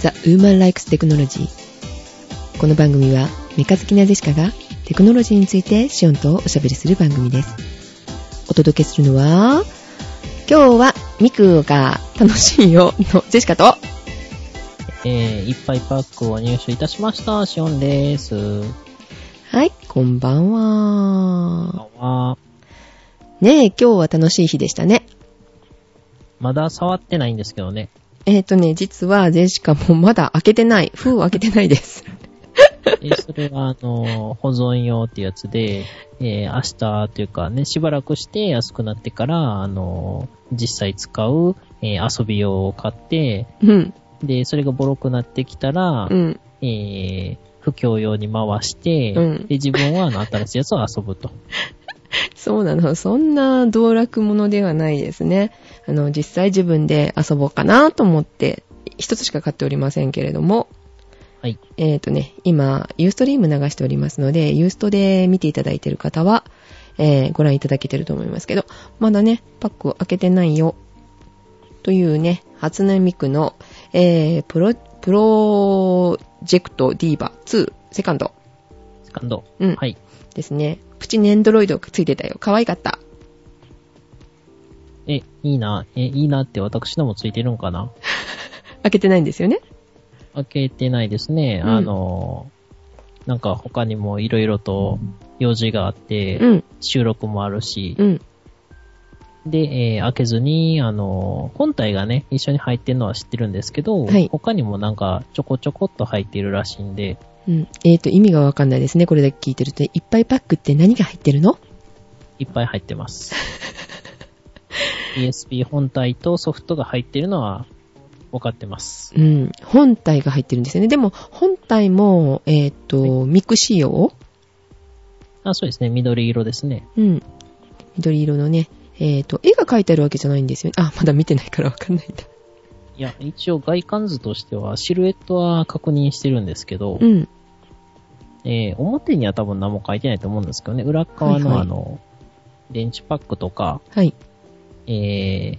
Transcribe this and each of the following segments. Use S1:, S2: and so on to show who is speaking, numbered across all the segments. S1: The Woman Likes Technology この番組はメカ好きなジェシカがテクノロジーについてシオンとおしゃべりする番組ですお届けするのは今日はミクが楽しいよのジェシカと
S2: えー、一杯パックを入手いたしました。シオンです。
S1: はいこんばんは
S2: こんばんは
S1: ねえ今日は楽しい日でしたね
S2: まだ触ってないんですけ どね。
S1: えっ、ー、とね実はジェシカもまだ開けてない封を開けてないです
S2: えーそれは、あのー、保存用ってやつで、えー、明日というかね、しばらくして安くなってから、あのー実際使う、えー遊び用を買って、
S1: うん
S2: で、それがボロくなってきたら、
S1: うん
S2: えー、不況用に回して、
S1: うん
S2: で、自分はあの、新しいやつを遊ぶと。
S1: そうなの。そんな道楽者ではないですね。あの、実際自分で遊ぼうかなと思って、一つしか買っておりませんけれども、
S2: はい。
S1: えっ、とね、今、ユーストリーム流しておりますので、ユーストで見ていただいている方は、えーご覧いただけてると思いますけど、まだね、パックを開けてないよ。というね、初音ミクの、えー、プロ、プロジェクトディーバ2、セカンド
S2: セカンド。
S1: うん
S2: はい。
S1: ですね。プチネンドロイドがついてたよ。可愛かった。
S2: え、いいな。え、いいなって私のもついてるのかな
S1: 開けてないんですよね。
S2: 開けてないですね。
S1: うん
S2: あの、なんか他にも色々と用事があって、
S1: うん、
S2: 収録もあるし、
S1: うん。
S2: で、えー開けずに、あの、本体がね、一緒に入ってるのは知ってるんですけど、
S1: はい
S2: 他にもなんかちょこちょこっと入ってるらしいんで、
S1: うん。えっ、と、意味がわかんないですね。これだけ聞いてると。いっぱいパックって何が入ってるの
S2: いっぱい入っ てます。ESP 本体とソフトが入ってるのは分かってます。
S1: うん。本体が入ってるんですよね。でも、本体も、えっ、と、ミク仕様
S2: あ、そうですね。緑色ですね。
S1: うん。緑色のね。えっ、と、絵が描いてあるわけじゃないんですよね。あ、まだ見てないからわかんないんだ。
S2: いや、一応外観図としては、シルエットは確認してるんですけど、
S1: うん。
S2: えー表には多分何も書いてないと思うんですけどね、裏っ側の、
S1: はいはい
S2: あの、電池パックとか、
S1: はい。
S2: えー、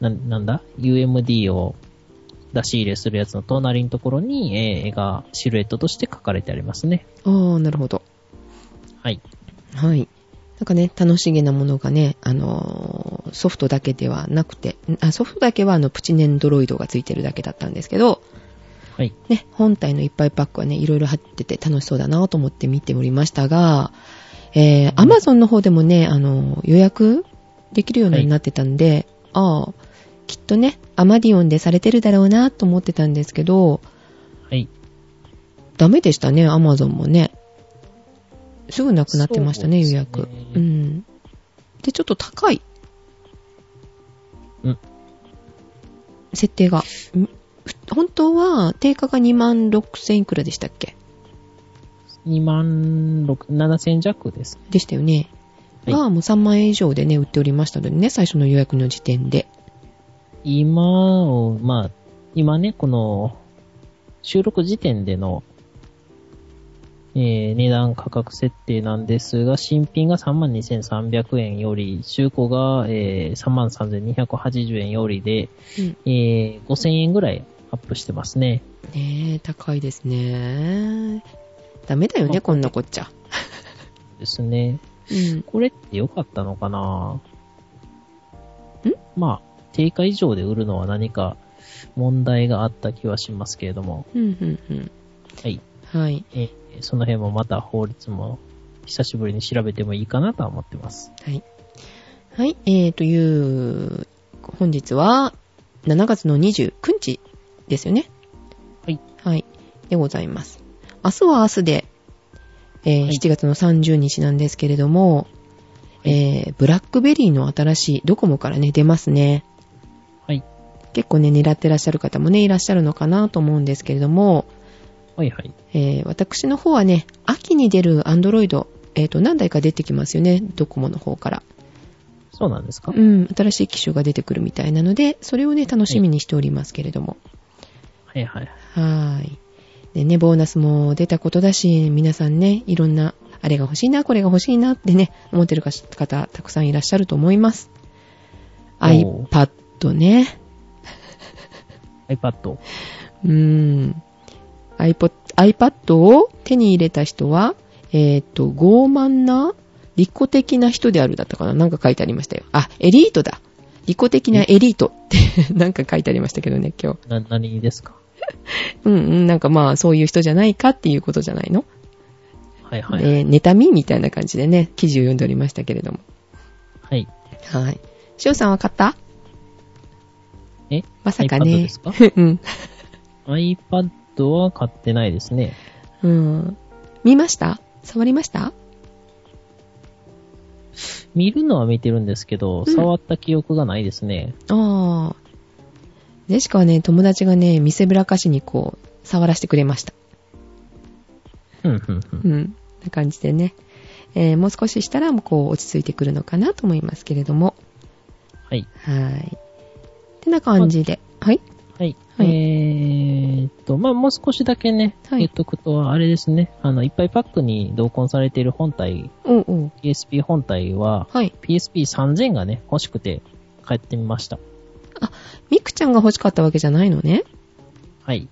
S2: な、なんだ ?UMD を出し入れするやつの隣のところに、えー絵がシルエットとして書かれてありますね。
S1: あー、なるほど。
S2: はい。
S1: はい。なんかね、楽しげなものがね、あのーソフトだけではなくて、んあソフトだけはあの、プチネンドロイドがついてるだけだったんですけど、
S2: はい。
S1: ね、本体のいっぱいパックはね、いろいろ入ってて楽しそうだなと思って見ておりましたが、えー、アマゾンの方でもね、あの、予約できるようになってたんで、ああ、きっとね、アマディオンでされてるだろうなと思ってたんですけど、
S2: はい。
S1: ダメでしたね、アマゾンもね。すぐなくなってましたね、
S2: そう
S1: 予
S2: ですね
S1: 約。うん。で、ちょっと高い。
S2: うん
S1: 設定が。んふ本当は、定価が2万6000いくらでしたっけ
S2: 2万6、7000弱です。
S1: でしたよね。
S2: はい
S1: が、もう3万円以上でね、売っておりましたのでね、最初の予約の時点で。
S2: 今を、まあ、今ね、この、収録時点での、えー値段価格設定なんですが、新品が32,300円より、中古が、えー、33,280円よりで、
S1: うん
S2: えー5,000円ぐらいアップしてますね。
S1: ねえ、高いですね。ダメだよね、
S2: あ
S1: こんなこっちゃ。
S2: ですね。
S1: うん。
S2: これって良かったのかなんまあ、定価以上で売るのは何か問題があった気はしますけれども、
S1: うん、うん、うん。
S2: はい。
S1: はい。
S2: えーその辺もまた法律も久しぶりに調べてもいいかなとは思ってます。
S1: はい。はい、えー、という、本日は、7月の29日ですよね。
S2: はい。
S1: はい。でございます。明日は明日で、えー
S2: はい
S1: 7月の30日なんですけれども、えー、ブラックベリーの新しいドコモからね、出ますね。
S2: はい。
S1: 結構ね、狙ってらっしゃる方もね、いらっしゃるのかなと思うんですけれども、
S2: はいはい。
S1: えー私の方はね、秋に出るアンドロイド、えっ、と、何台か出てきますよね、ドコモの方から。
S2: そうなんですか、
S1: うん、新しい機種が出てくるみたいなので、それをね、楽しみにしておりますけれども。
S2: はいはい。
S1: はーい。でね、ボーナスも出たことだし、皆さんね、いろんな、あれが欲しいな、これが欲しいなってね、思ってるか方、たくさんいらっしゃると思います。
S2: おー
S1: iPad ね。
S2: iPad。
S1: うーん。iPod、iPad を手に入れた人は、えーっと、傲慢な、利己的な人であるだったかななんか書いてありましたよ。あ、エリートだ。利己的なエリートって なんか書いてありましたけどね、今日。
S2: な、何ですか
S1: うんうん、なんかまあ、そういう人じゃないかっていうことじゃないの、
S2: はいはい。
S1: えー妬みみたいな感じでね、記事を読んでおりましたけれども。
S2: はい。
S1: はい。しおさんは買った
S2: え
S1: まさか
S2: iPad
S1: ね
S2: で。すか
S1: うん。
S2: ?iPad は買ってないですね。
S1: うん。見ました触りました
S2: 見るのは見てるんですけど、
S1: うん
S2: 触った記憶がないですね。
S1: ああ。ジェシカはね、友達がね、見せびらかしにこう、触らせてくれました。
S2: うん、うん、うん。
S1: うん。な感じでね。えーもう少ししたら、こう、落ち着いてくるのかなと思いますけれども。
S2: はい。
S1: はい。ってな感じで。はい。
S2: はい。
S1: はい
S2: えーっと、まあ、もう少しだけね、
S1: はい
S2: 言っとくと、あれですね、あの、いっぱいパックに同梱されている本体、
S1: おうおう。
S2: PSP 本体は、
S1: はい。
S2: PSP3000 がね、欲しくて、買ってみました。
S1: ミクちゃんが欲しかったわけじゃないのね。
S2: はい。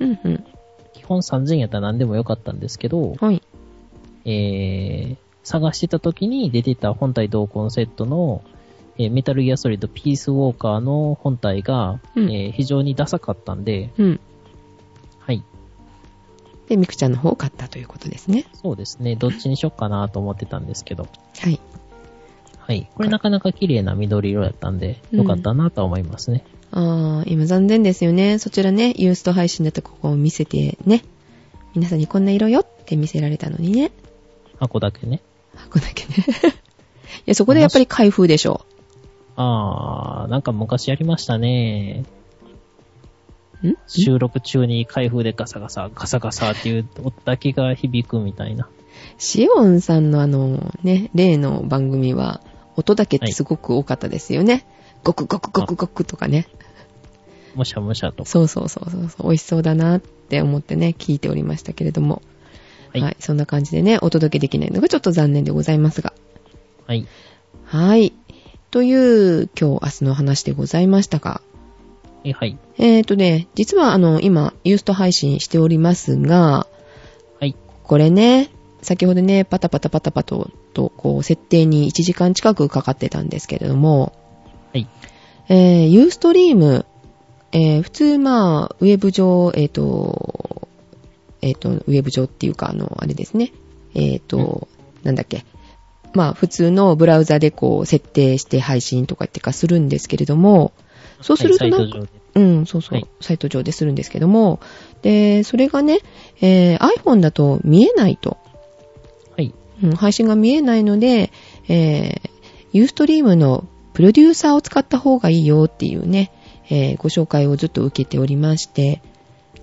S1: うんうん。
S2: 基本3000やったら何でもよかったんですけど、
S1: はい。
S2: えー、探してた時に出てた本体同梱セットの、えーメタルギアソリッドピースウォーカーの本体が、
S1: うん
S2: えー非常にダサかったんで、
S1: うん。
S2: はい。
S1: で、ミクちゃんの方を買ったということですね。
S2: そうですね。どっちにしよっかなと思ってたんですけど。
S1: はい。
S2: はい。これなかなか綺麗な緑色だったんで、よかったなとは思いますね。
S1: あー、今残念ですよね。そちらね、ユースト配信だとここを見せてね。皆さんにこんな色よって見せられたのにね。
S2: 箱だけね。
S1: 箱だけね。 いや、そこでやっぱり開封でしょ
S2: あー、なんか昔やりましたね。
S1: う。ん
S2: 収録中に開封でガサガサ、ガサガサっていう音だけが響くみたいな。
S1: シオンさんのあの、ね、例の番組は、音だけってすごく多かったですよね。ゴクゴクゴクゴクとかね。
S2: むしゃむしゃと。
S1: そうそうそうそうそう。美味しそうだなって思ってね、聞いておりましたけれども。
S2: はい
S1: はい。そんな感じでね、お届けできないのがちょっと残念でございますが。
S2: はい。
S1: はい。という、今日、明日の話でございましたが、
S2: えはい。
S1: えーとね、実はあの、今、ユースト配信しておりますが、
S2: はい。
S1: これね、先ほどね、パタパタパタパタと、こう、設定に1時間近くかかってたんですけれども、
S2: はい。
S1: えー、ユーストリーム、えー、普通、まあ、ウェブ上、えっ、と、えっ、と、ウェブ上っていうか、あの、あれですね、えっ、と、なんだっけ、まあ、普通のブラウザでこう、設定して配信とかってかするんですけれども、そうすると
S2: はい、
S1: な
S2: サ
S1: ん
S2: イ
S1: か
S2: ト上で。
S1: うん、そうそう、
S2: はい
S1: サイト上でするんですけども、で、それがね、えー iPhone だと見えないと、
S2: はい。
S1: うん、配信が見えないので、えー、Ustream のプロデューサーを使った方がいいよっていうね、えーご紹介をずっと受けておりまして、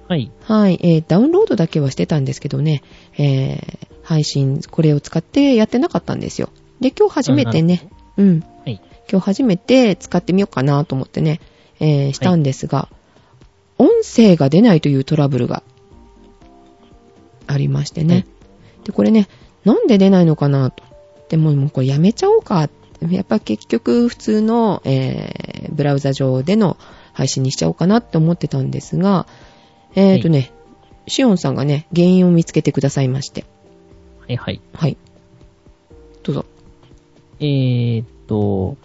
S2: はい。
S1: はい、えーダウンロードだけはしてたんですけどね、えー配信、これを使ってやってなかったんですよ。で、今日初めてね、うん、
S2: はい。
S1: 今日初めて使ってみようかなと思ってね、えーしたんですが、音声が出ないというトラブルがありましてね。
S2: はい
S1: で、これね、なんで出ないのかなと。でも、もうこれやめちゃおうか。やっぱ結局普通の、えーブラウザ上での配信にしちゃおうかなって思ってたんですが、えっ、とね、シオンさんがね、原因を見つけてくださいまして。
S2: はい、はい。
S1: はい。どうぞ。
S2: えーっと、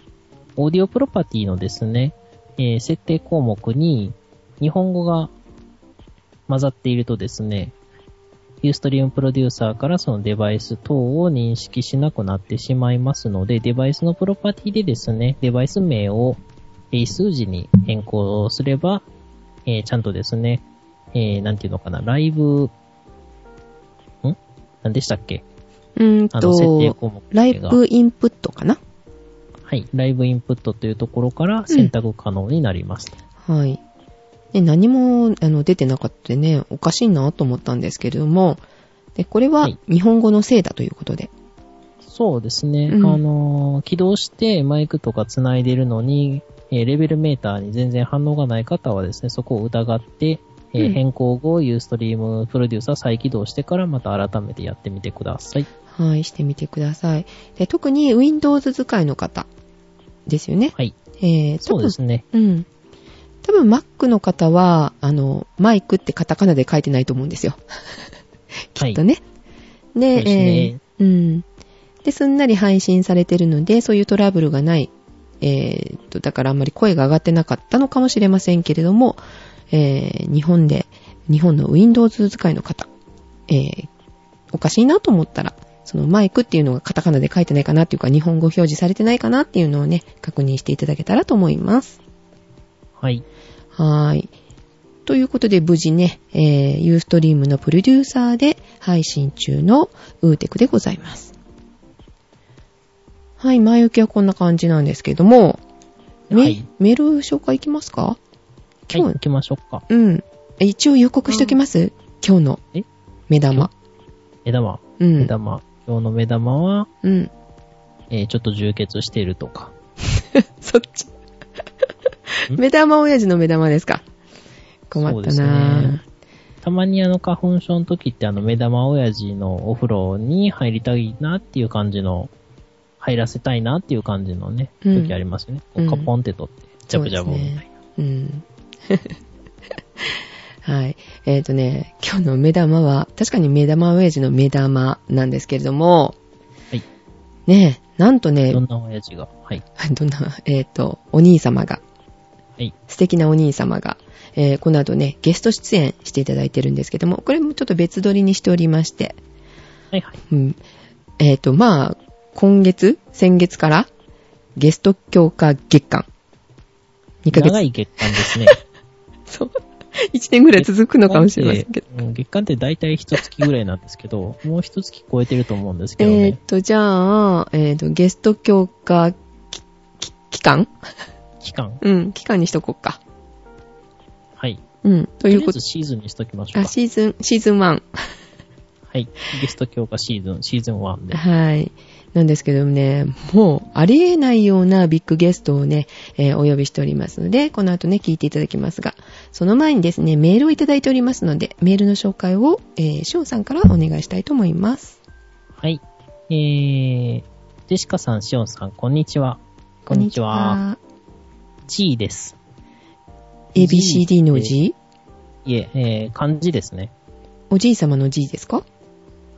S2: オーディオプロパティのですね、えー設定項目に日本語が混ざっているとですね、ユーストリームプロデューサーからそのデバイス等を認識しなくなってしまいますので、デバイスのプロパティでですね、デバイス名を英数字に変更すれば、えーちゃんとですね、えーなんていうのかな、ライブ、ん何でしたっけ
S1: うーん
S2: あの、設定
S1: と、
S2: 項目が
S1: ライブインプットかな
S2: はい。ライブインプットというところから選択可能になります。
S1: はい。で何もあの出てなかったね、おかしいなと思ったんですけれども、でこれは
S2: はい
S1: 日本語のせいだということで。
S2: そうですね。
S1: うん
S2: あのー、起動してマイクとか繋いでるのに、えーレベルメーターに全然反応がない方はですね、そこを疑って、えー
S1: うん
S2: 変更後、ユーストリームプロデューサー再起動してからまた改めてやってみてください。
S1: はい、してみてください。で特に Windows 使いの方ですよね。
S2: はい。
S1: えー、
S2: そうですね。
S1: 特に。うん。多分 Mac の方は、あの、マイクってカタカナで書いてないと思うん ですよ。
S2: き
S1: とね。で、
S2: そうですね
S1: えーうん。で、すんなり配信されてるので、そういうトラブルがない。えーっと、だからあんまり声が上がってなかったのかもしれませんけれども、えー日本で、日本の Windows 使いの方、えーおかしいなと思ったら、そのマイクっていうのがカタカナで書いてないかなっていうか、日本語表示されてないかなっていうのをね、確認していただけたらと思います。
S2: はい。
S1: はーい。ということで、無事ね、えー、ユーストリームのプロデューサーで配信中のウーテクでございます。はい、前置きはこんな感じなんですけども、メ,、
S2: はい
S1: メール紹介いきますか
S2: はい、
S1: 今日
S2: 行きましょうか。
S1: うん。一応予告しときます、今日の
S2: え
S1: 目玉。
S2: 目玉。
S1: う
S2: 目
S1: ん。
S2: 玉。今日の目玉は、
S1: うん。
S2: えーちょっと充血しているとか。
S1: そっち。 目玉親父の目玉ですか。困ったなぁ、
S2: そうですねたまにあの花粉症の時ってあの目玉親父のお風呂に入りたいなっていう感じの、入らせたいなっていう感じのね、
S1: うん
S2: 時ありますよね。
S1: うん
S2: こうカポンって取って、ジャブジャブみたいな。
S1: うん。 はい。えっ、とね、今日の目玉は、確かに目玉親父の目玉なんですけれども、
S2: はい。
S1: ねえ、なんとね
S2: ど、んな親父が。はい。
S1: どんな、えっ、と、お兄様が、
S2: はい。
S1: 素敵なお兄様が、えーこの後ね、ゲスト出演していただいてるんですけども、これもちょっと別撮りにしておりまして、
S2: はいはい。
S1: うん。えっ、と、まあ、今月、先月から、ゲスト強化月間。2ヶ月
S2: 長い月間ですね。
S1: そう。 一年ぐらい続 くのかもしれませんけど。
S2: ど。うん月間って大体一月ぐらいなんですけど、もう一月超えてると思うんですけど
S1: えーっ
S2: ね。
S1: と、じゃあ、えーっと、ゲスト強化きき期間
S2: 期間。
S1: うん、期間にしとこうか。
S2: はい。
S1: うん、と
S2: と
S1: い
S2: りあ
S1: う
S2: え
S1: こと。
S2: ずシーズンにしときましょう
S1: あ、
S2: か。
S1: シーズン、シーズン1。
S2: はい。ゲスト強化シーズン、シーズン1で。
S1: はい。なんですけどもね、もう、ありえないようなビッグゲストをね、えーお呼びしておりますので、この後ね、聞いていただきますが、その前にですね、メールをいただいておりますので、メールの紹介を、えー、しおんさんからお願いしたいと思います。
S2: はい。えー、ジェシカさん、シオンさん、こんにちは。こんにちは。G です。
S1: ABCD の G?
S2: いえ、えー、漢字ですね。
S1: おじい様の G ですか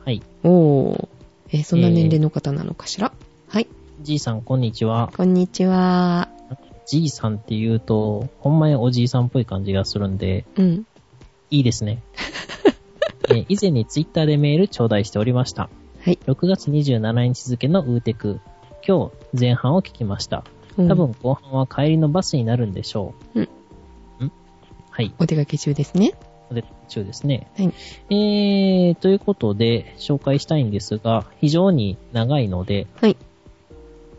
S2: はい。
S1: おー。えーそんな年齢の方なのかしら、はい。
S2: G さん、こんにちは。
S1: こんにちは。
S2: G さんって言うと、ほんまにおじいさんっぽい感じがするんで、
S1: うん。
S2: いいです ね。えー以前にツイッターでメール頂戴しておりました。
S1: はい。
S2: 6月27日付のウーテク。今日、前半を聞きました。
S1: うん
S2: 多分後半は帰りのバスになるんでしょう。んはい。
S1: お出かけ中ですね。
S2: お出かけ中ですね。
S1: はい。
S2: えー、ということで、紹介したいんですが、非常に長いので、
S1: はい。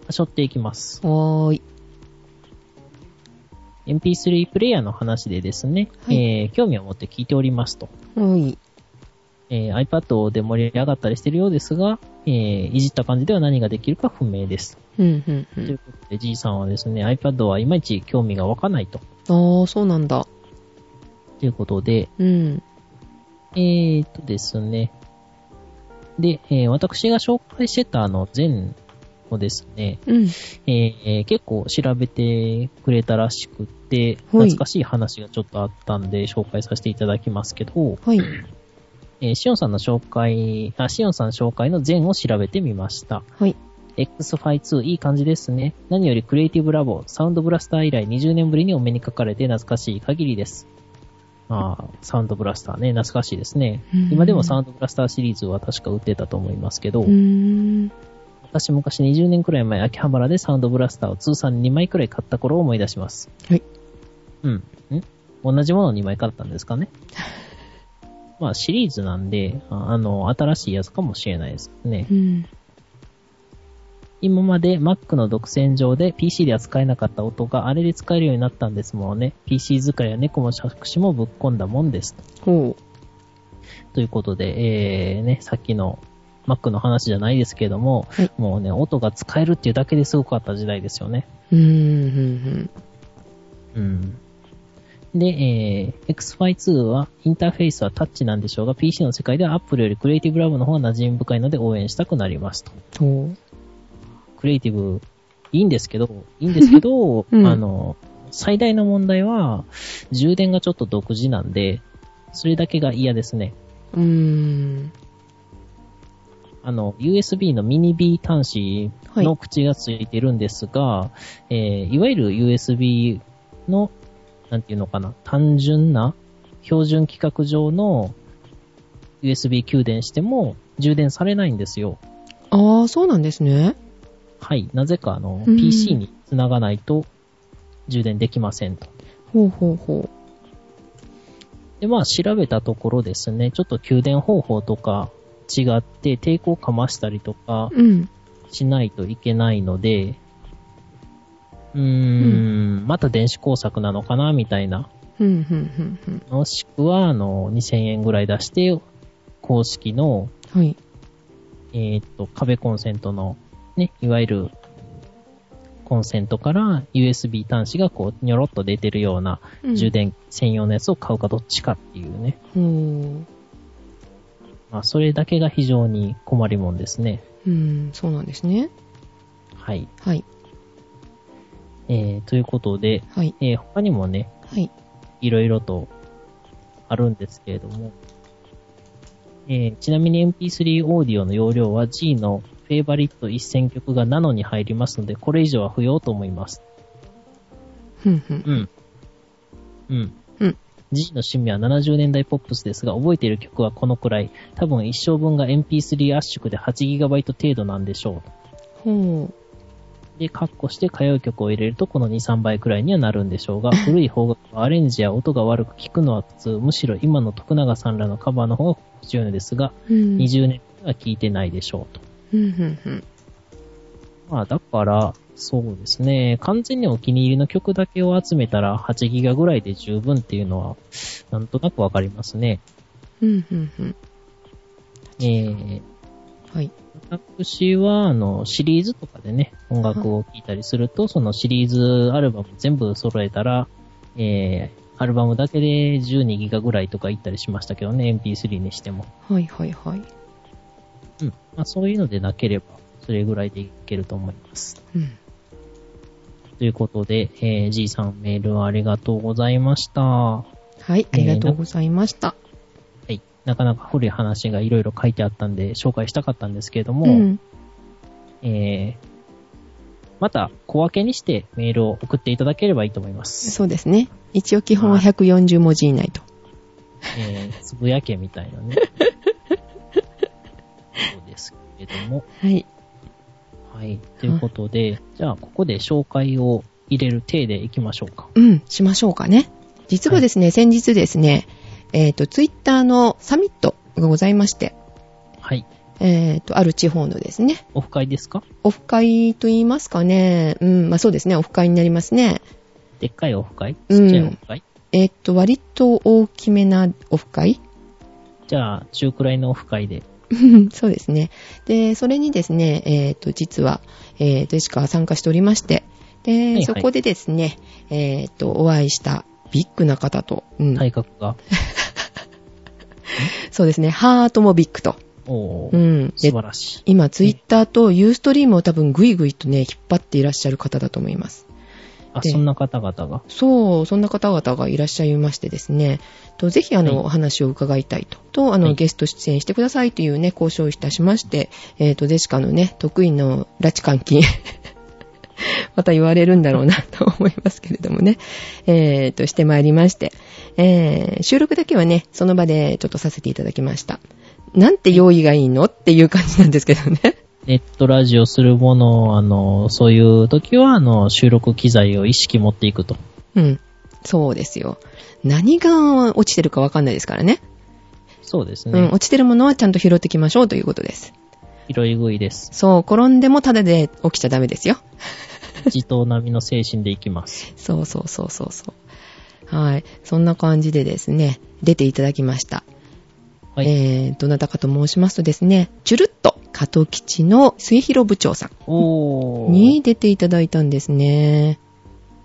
S2: 端折っていきます。
S1: おーい。
S2: MP3 プレイヤーの話でですね、
S1: はい
S2: えー、興味を持って聞いておりますと。
S1: おーい。
S2: えー iPad で盛り上がったりしてるようですが、えーいじった感じでは何ができるか不明です。
S1: うん、うん、う
S2: とい
S1: ん
S2: う。ことで、G さんはですね、iPad はいまいち興味が湧かないと。
S1: あー、そうなんだ。
S2: ということで、
S1: うん。
S2: えーとですね。で、えー私が紹介してたあの前もですね、
S1: うん。
S2: えーえー結構調べてくれたらしくて、
S1: はい
S2: 懐かしい話がちょっとあったんで紹介させていただきますけど、
S1: はい。
S2: えーシオンさんの紹介、あ、シオンさん紹介の前を調べてみました。
S1: はい。
S2: X-Fi2 いい感じですね。何よりクリエイティブラボ、サウンドブラスター以来20年ぶりにお目にかかれて懐かしい限りです。ああ、サウンドブラスターね、懐かしいですね
S1: うん。
S2: 今でもサウンドブラスターシリーズは確か売ってたと思いますけど、
S1: うーん。
S2: 私昔20年くらい前、秋葉原でサウンドブラスターを通算2枚くらい買った頃を思い出します。
S1: はい。
S2: うん。ん同じものを2枚買ったんですか ね。まあシリーズなんで、ああの、新しいやつかもしれないですね。
S1: うん。
S2: 今まで Mac の独占上で PC では使えなかった音があれで使えるようになったんですものね。PC 使いは猫も借子もぶっ込んだもんです。
S1: ほ
S2: ということで、えー、ね、さっきの Mac の話じゃないですけども、
S1: はい
S2: もうね、音が使えるっていうだけですごかった時代ですよね。
S1: う。うーん、
S2: うん。で、えー、X-Fi2 は、インターフェースはタッチなんでしょうが、PC の世界では Apple より Creative Lab の方が馴染み深いので応援したくなりますと。
S1: うん、うん。ほ
S2: クリエイティブ、いいんですけど、いいんですけど、
S1: うん
S2: あの、最大の問題は、充電がちょっと独自なんで、それだけが嫌ですね。
S1: うーん。
S2: あの、USB のミニ B 端子
S1: は
S2: の
S1: い
S2: 口がついてるんですが、いえーいわゆる USB の、なんていうのかな、単純な、標準規格上の USB 給電しても充電されないんですよ。
S1: ああ、そうなんですね。
S2: はい。なぜか、あの、
S1: うん
S2: PC につながないと充電できませんと。
S1: ほうほうほ
S2: で、まあ、調べたところですね、ちょっと給電方法とか違って、抵抗かましたりとか
S1: う。うん。
S2: しないといけないので、うーん、また電子工作なのかな、みたいな。
S1: ふんふんふんふん。
S2: もしくは、あの、2000円ぐらい出して、公式の、
S1: はい。
S2: えーっと、壁コンセントの、ね、いわゆる、コンセントから USB 端子がこう、にょろっと出てるような
S1: うん
S2: 充。電専用のやつを買うかどっちかっていうね。
S1: ほう。
S2: まあ、それだけが非常に困りもんですね。
S1: うん、そうなんですね。
S2: はい。
S1: はい。
S2: えー、ということで、
S1: はい。
S2: えー、他にもね、
S1: はい。
S2: いろいろとあるんですけれども、えー、ちなみに MP3 オーディオの容量は G のフェイバリット1000曲がナノに入りますので、これ以上は不要と思います。
S1: ふんふん。
S2: うん。うん。
S1: うん。
S2: G の趣味は70年代ポップスですが、覚えている曲はこのくらい。多分一生分が MP3 圧縮で 8GB 程度なんでしょ
S1: ほ
S2: う。で、カッコして歌謡曲を入れるとこの2、3倍くらいにはなるんでしょう が、古い方がアレンジや音が悪く聞くのは普通、むしろ今の徳永さんらのカバーの方が心地よいのですが、
S1: う。うん。
S2: 20年は聞いてないでしょうと。
S1: ふんふんふん。
S2: まあだから、そうですね。完全にお気に入りの曲だけを集めたら8ギガぐらいで十分っていうのは、なんとなくわかりますね。
S1: うんふんふん。
S2: えー、
S1: はい。
S2: 私は、あの、シリーズとかでね、音楽を聴いたりすると、そのシリーズアルバム全部揃えたら、えー、アルバムだけで12ギガぐらいとかいったりしましたけどね、MP3 にしても。
S1: はいはいはい。
S2: うん。まあそういうのでなければ、それぐらいでいけると思います。
S1: うん。
S2: ということで、えー、G さんメールありがとうございました。は
S1: はい。ありがとうございました。
S2: い。なかなか古い話がいろいろ書いてあったんで、紹介したかったんですけれども、
S1: うん。
S2: えー、また小分けにしてメールを送っていただければいいと思います。
S1: そうですね。一応基本は140文字以内と。
S2: えー、つぶやけみたいなね。そうですけれども、
S1: はい。
S2: はい。ということで、じゃあここで紹介を入れる体でいきましょうか。
S1: うん、しましょうかね。実はですね、先日ですね、えっ、と、ツイッターのサミットがございまして、
S2: はい。
S1: えっ、と、ある地方のですね、
S2: オフ会ですか
S1: オフ会と言いますかね、うん、まあそうですね、オフ会になりますね。
S2: でっかいオフ会
S1: う
S2: ち
S1: ん
S2: っちゃいオフ会、
S1: えっ、と、割と大きめなオフ会
S2: じゃあ、中くらいのオフ会で。
S1: そうですね。で、それにですね、えっ、と、実は、えっ、と、石川参加しておりまして、で、
S2: はい
S1: そこでですね、えっ、と、お会いしたビッグな方と、うん、
S2: 体格が。
S1: そうですね、ハートもビッグと。
S2: おー、
S1: うん。
S2: 素
S1: で
S2: 晴らしい。
S1: 今、ツイッターとユーストリームを多分ぐいぐいとね、引っ張っていらっしゃる方だと思います。
S2: あ、
S1: で
S2: そんな方々が。
S1: そう、そんな方々がいらっしゃいましてですね、とぜひあの、
S2: はい
S1: お話を伺いたいと、と、あの、
S2: はい
S1: ゲスト出演してくださいというね、交渉をいたしまして、えっ、と、デシカのね、得意の拉致監禁、 また言われるんだろうなと思いますけれどもね、えっ、と、してまいりまして、えー収録だけはね、その場でちょっとさせていただきました。なんて用意がいいのっていう感じなんですけどね。
S2: ネットラジオするものを、あの、そういう時は、あの、収録機材を意識持っていくと。
S1: うん。そうですよ。何が落ちてるかわかんないですからね。
S2: そうです
S1: うん。
S2: ね。
S1: 落ちてるものはちゃんと拾ってきましょうということです。
S2: 拾い食いです。
S1: そう、転んでもただで起きちゃダメですよ。
S2: 自頭並みの精神でいきます。
S1: そうそうそうそうそう。はい。そんな感じでですね、出ていただきました。
S2: はい
S1: えー、どなたかと申しますとですね、チュルッと加藤吉の末広部長さ
S2: お
S1: ん
S2: ー。
S1: に出ていただいたんですね。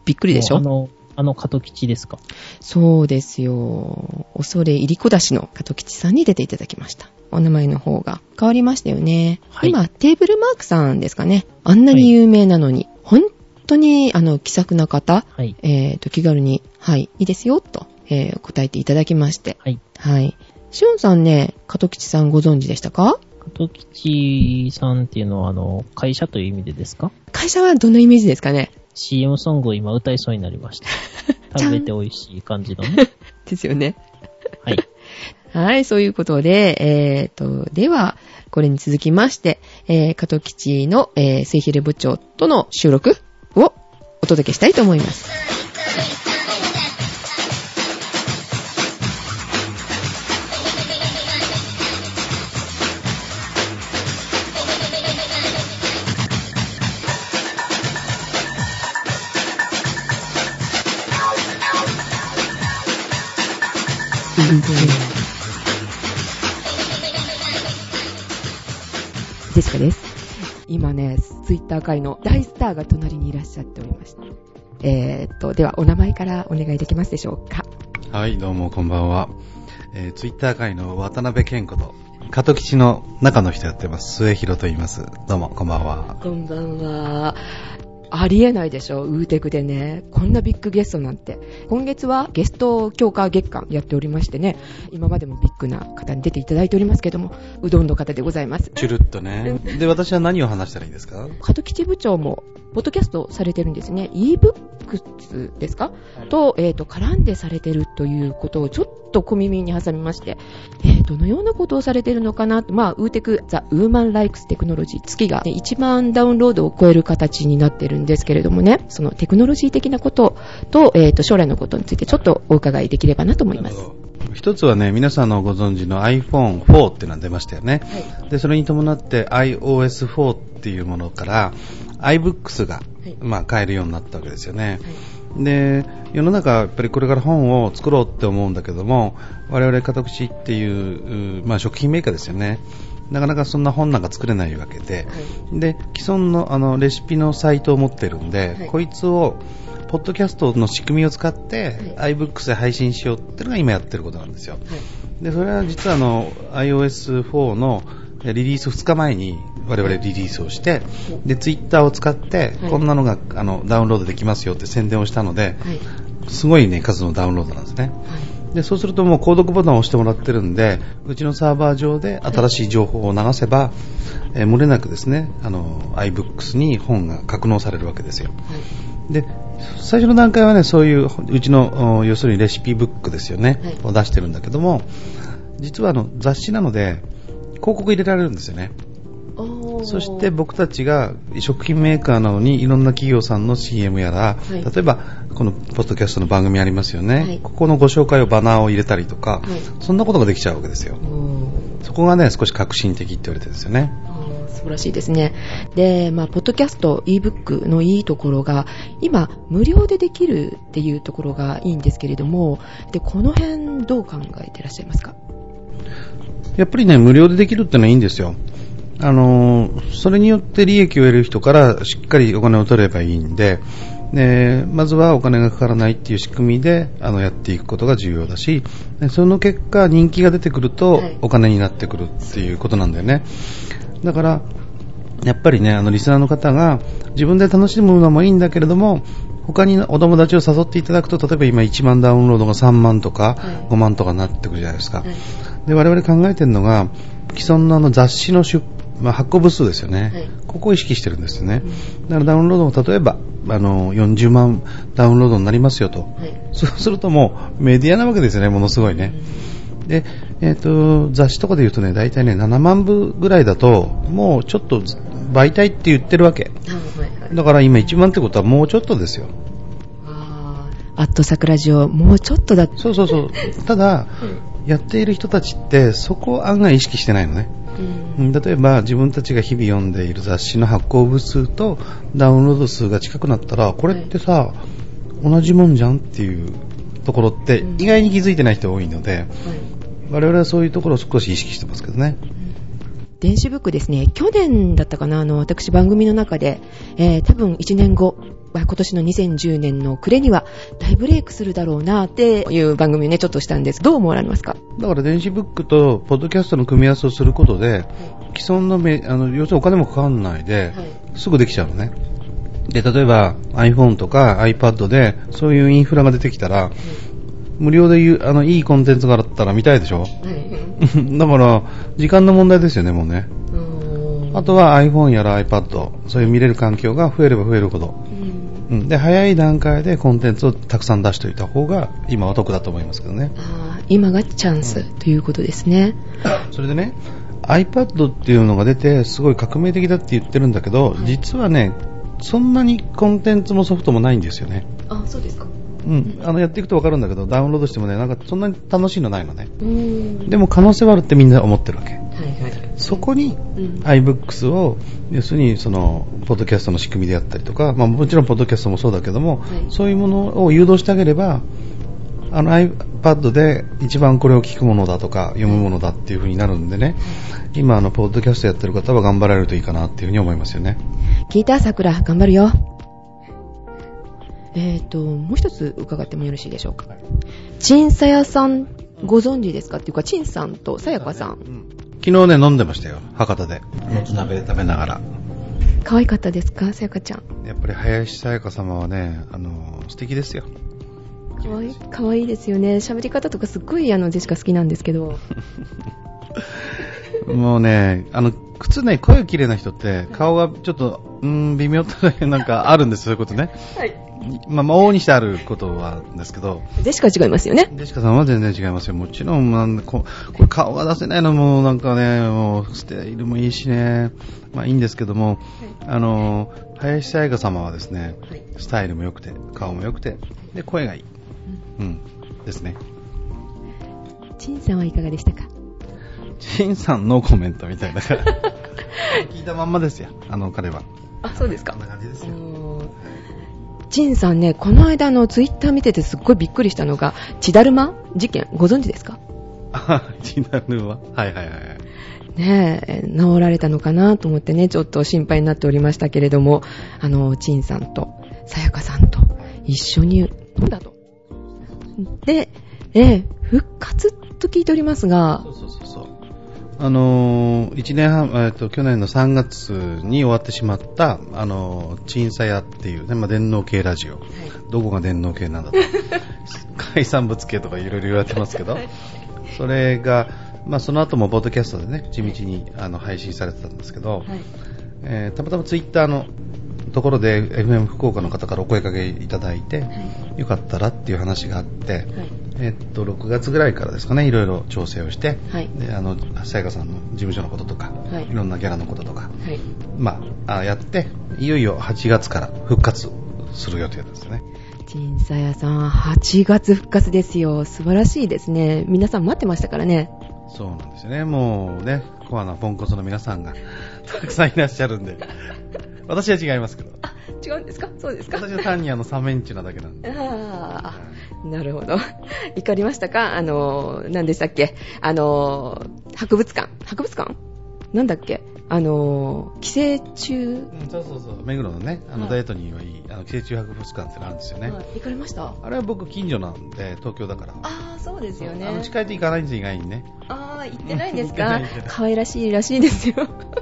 S1: びっくりでし
S2: あ
S1: ょ
S2: の、あの、加藤吉ですか。
S1: そうですよ。恐れ入りこだしの加藤吉さんに出ていただきました。お名前の方が変わりましたよね。
S2: はい
S1: 今、テーブルマークさんですかね。あんなに有名なのに、本当に、あの、気さくな方、
S2: はい。
S1: えっ、と、気軽に、はい、いいですよ、と、えー答えていただきまして。
S2: はい。
S1: はい。しおんさんね、加藤吉さんご存知でしたか
S2: 加藤吉さんっていうのは、あの、会社という意味でですか
S1: 会社はどのイメージですかね
S2: ?CM ソングを今歌いそうになり ました。食べて美味しい感じのね。
S1: ですよね。
S2: はい。
S1: はい、そういうことで、えっ、と、では、これに続きまして、えー、加藤吉の、えー、末広部長との収録をお届けしたいと思います。ジェシカです。今ね、ツイッター界の大スターが隣にいらっしゃっておりました。えー、っと、では、お名前からお願いできますでしょうか。
S3: はい、どうもこんばんは。えー、ツイッター界の渡辺健子と、加藤吉の中の人やってます、末広と言います。どうもこんばんは。
S1: こんばんは。ありえないでしょ、ウーテクでね。こんなビッグゲストなんて。今月はゲスト強化月間やっておりましてね、今までもビッグな方に出ていただいておりますけども、うどんの方でございます。
S3: チュルッとね。で、私は何を話したらいいですか
S1: 加藤吉部長も、ポッドキャストされてるんですね。ebooks ですかと、えっ、と、絡んでされてるということをちょっと小耳に挟みまして、えーどのようなことをされてるのかなと、まあ、ウーテク、ザ・ウーマン・ライクス・テクノロジー、月が、ね、1万ダウンロードを超える形になってるんですけれどもね、そのテクノロジー的なことと、えっ、と、将来のことについてちょっとお伺いできればなと思います。
S3: 一つはね、皆さんのご存知の iPhone4 っていうのが出ましたよね。で、それに伴って iOS4 っていうものから iBooks が、
S1: い
S3: まあ、買えるようになったわけですよね。で世の中、やっぱりこれから本を作ろうって思うんだけども我々、カタクシっていう、うまあ、食品メーカーですよねなかなかそんな本なんか作れないわけで,、で既存のあのレシピのサイトを持ってるんで、
S1: はい
S3: こいつをポッドキャストの仕組みを使って、iBooks で配信しようっていうのが今やってることなんですよ。でそれは実はあの iOS4 のリリース2日前に我々リリースをしてでツイッターを使って
S1: はい
S3: こんなのがあのダウンロードできますよって宣伝をしたので
S1: はい。
S3: すごいね数のダウンロードなんですね
S1: はい。
S3: でそうするともう購読ボタンを押してもらってるんでうちのサーバー上で新しい情報を流せば、えー漏れなくですねあの iBooks に本が格納されるわけですよで最初の段階はねそういううちのお要するにレシピブックですよね、
S1: はい
S3: を出してるんだけども実はあの雑誌なので広告入れられるんですよねそして僕たちが食品メーカーなのにいろんな企業さんの CM や
S1: は
S3: ら、
S1: い
S3: 例えばこのポッドキャストの番組ありますよね、
S1: はい
S3: ここのご紹介をバナーを入れたりとか、
S1: はい
S3: そんなことができちゃうわけですよそこがね少し革新的って言われてるんですよね
S1: あー素晴らしいですね。で、まあ、ポッドキャスト、ebook のいいところが、今、無料でできるっていうところがいいんですけれども、で、この辺どう考えてらっしゃいますか
S3: やっぱりね、無料でできるってのはいいんですよ。あのー、それによって利益を得る人からしっかりお金を取ればいいんで、ね、まずはお金がかからないっていう仕組みであのやっていくことが重要だし、ねその結果人気が出てくると
S1: はい
S3: お金になってくるっていうことなんだよね。だから、やっぱりね、あのリスナーの方が自分で楽しむのもいいんだけれども、他にお友達を誘っていただくと、例えば今1万ダウンロードが3万とか
S1: はい
S3: 5万とかになってくるじゃないですか。
S1: はい
S3: で我々考えてるのが既存のあの雑誌の出、まあ、発行部数ですよね、
S1: はい
S3: ここを意識してるんですよね、だからダウンロードも例えばあの40万ダウンロードになりますよと、
S1: はい。
S3: そうするともうメディアなわけですよねものすごいね、でえっと雑誌とかで言うとね大体ね7万部ぐらいだともうちょっと媒体って言ってるわけだから今1万ってことはもうちょっとですよ
S1: あーアット桜ジオ、もうちょっとだ。
S3: そうそ うそうただ、やっている人たちってそこを案外意識してないのねうん例えば自分たちが日々読んでいる雑誌の発行部数とダウンロード数が近くなったらこれってさ、同じもんじゃんっていうところって
S1: うん
S3: 意外に気づいてない人多いので、我々はそういうところを少し意識してますけどね
S1: 電子ブックですね、去年だったかな、あの、私番組の中で、えー多分1年後、まあ今年の2010年の暮れには大ブレイクするだろうなっていう番組をね、ちょっとしたんです。どう思われますか
S3: だから電子ブックとポッドキャストの組み合わせをすることで既存のめあの要するにお金もかかんないで、すぐできちゃうのねで、例えば iPhone とか iPad でそういうインフラが出てきたら、無料でいうあのいいコンテンツがあったら見たいでしょ
S1: はい。
S3: だから、時間の問題ですよね、もうね。
S1: うん
S3: あとは iPhone やら iPad、そういう見れる環境が増えれば増えるほど、
S1: うん
S3: うん、で早い段階でコンテンツをたくさん出しておいた方が今は得だと思いますけどね。
S1: あー今がチャンスということですね。
S3: それでね、iPad っていうのが出てすごい革命的だって言ってるんだけど、実はね、そんなにコンテンツもソフトもないんですよね。
S1: あ、そうですか。
S3: うん、あのやっていくとわかるんだけど、ダウンロードしてもね、なんかそんなに楽しいのないのね。
S1: うん。
S3: でも可能性はあるってみんな思ってるわけ。
S1: はいはい。
S3: そこに
S1: うん。
S3: iBooks を、要するにその、ポッドキャストの仕組みであったりとか、まあもちろんポッドキャストもそうだけども、
S1: はい
S3: そういうものを誘導してあげれば、あの iPad で一番これを聞くものだとか、読むものだっていう風になるんでね、今あの、ポッドキャストやってる方は頑張られるといいかなっていう風に思いますよね。
S1: 聞いた桜、頑張るよ。えっ、と、もう一つ伺ってもよろしいでしょうか。チンサヤさん、ご存知ですかっていうか、チンさんとさやかさん、
S3: 昨日ね、飲んでましたよ、博多で。もつ鍋食べながら。
S1: 可愛かったですかさやかちゃん。
S3: やっぱり林さやか様はね、あの、素敵ですよ。
S1: 可愛い、可愛いですよね。喋り方とかすっごいあの、ジェシカ好きなんですけど。
S3: もうね、あの、靴ね、声綺麗な人って、顔がちょっと、うーん、微妙ってだけなんかあるんです、そういうことね。
S1: はい。
S3: まあ、まあ、往々にしてあることはですけど、
S1: ジェシカは違いますよね。
S3: ジェシカさんは全然違いますよ。もちろん、なんだここれ顔が出せないのも、なんかね、もう、ステイルもいいしね、まあいいんですけども、あの、林沙耶香様はですね、
S1: はい。
S3: スタイルも良くて、顔も良くて、で、声がいい。うん、ですね。
S1: チンさんはいかがでしたか
S3: シンさんのコメントみたいだ から、聞いたまんまですよ、あの、彼は。
S1: あ、そうですか
S3: こんな感じですよ。
S1: ジンさんね、この間のツイッター見ててすっごいびっくりしたのが、血だるま事件、ご存知ですか
S3: あ、ジナルははいはいはい。
S1: ねえ、治られたのかなと思ってね、ちょっと心配になっておりましたけれども、あの、チンさんと、さやかさんと、一緒に飲んだと。で、ええ、復活と聞いておりますが
S3: そ、うそうそうそう。あのー、1年半、えっと、去年の3月に終わってしまった、あのー、チンサヤっていうね、まあ、電脳系ラジオ。どこが電脳系なんだ と。海産物系とかいろいろ言われてますけど、それが、まあ、その後もポッドキャストでね、地道にあの配信されてたんですけど、えーたまたまツイッターのところで FM 福岡の方からお声かけいただいて、よかったらっていう話があって、えっと、6月ぐらいからですかね、いろいろ調整をして、
S1: はい
S3: であの、さやかさんの事務所のこととか、
S1: はい
S3: い、ろんなギャラのこととか、
S1: はい。
S3: まあ、あやって、いよいよ8月から復活する予定ですね。
S1: 陳さやさん、8月復活ですよ。素晴らしいですね。皆さん待ってましたからね。
S3: そうなんですよね。もうね、コアなポンコツの皆さんが たくさんいらっしゃるんで、私は違いますけど、
S1: 違うんですかそうです
S3: 私は単にあの、サメンチュなだけなんで。
S1: ああ、なるほど。 怒りましたかあの、何でしたっけあの、博物館博物館なんだっけあの、寄生虫、
S3: うん、そうそうそう、目黒のね、あ
S1: は
S3: の
S1: い
S3: ダイエットにはいい、あの寄生虫博物館ってのあるんですよね。
S1: はい行かれました
S3: あれは僕近所なんで、東京だから。
S1: ああ、そうですよね
S3: あ。の近いと行かないんですよ、意外にね。
S1: ああ、行ってないんです
S3: 行ってな
S1: か
S3: い行って ない
S1: 可愛らしいらしいですよ。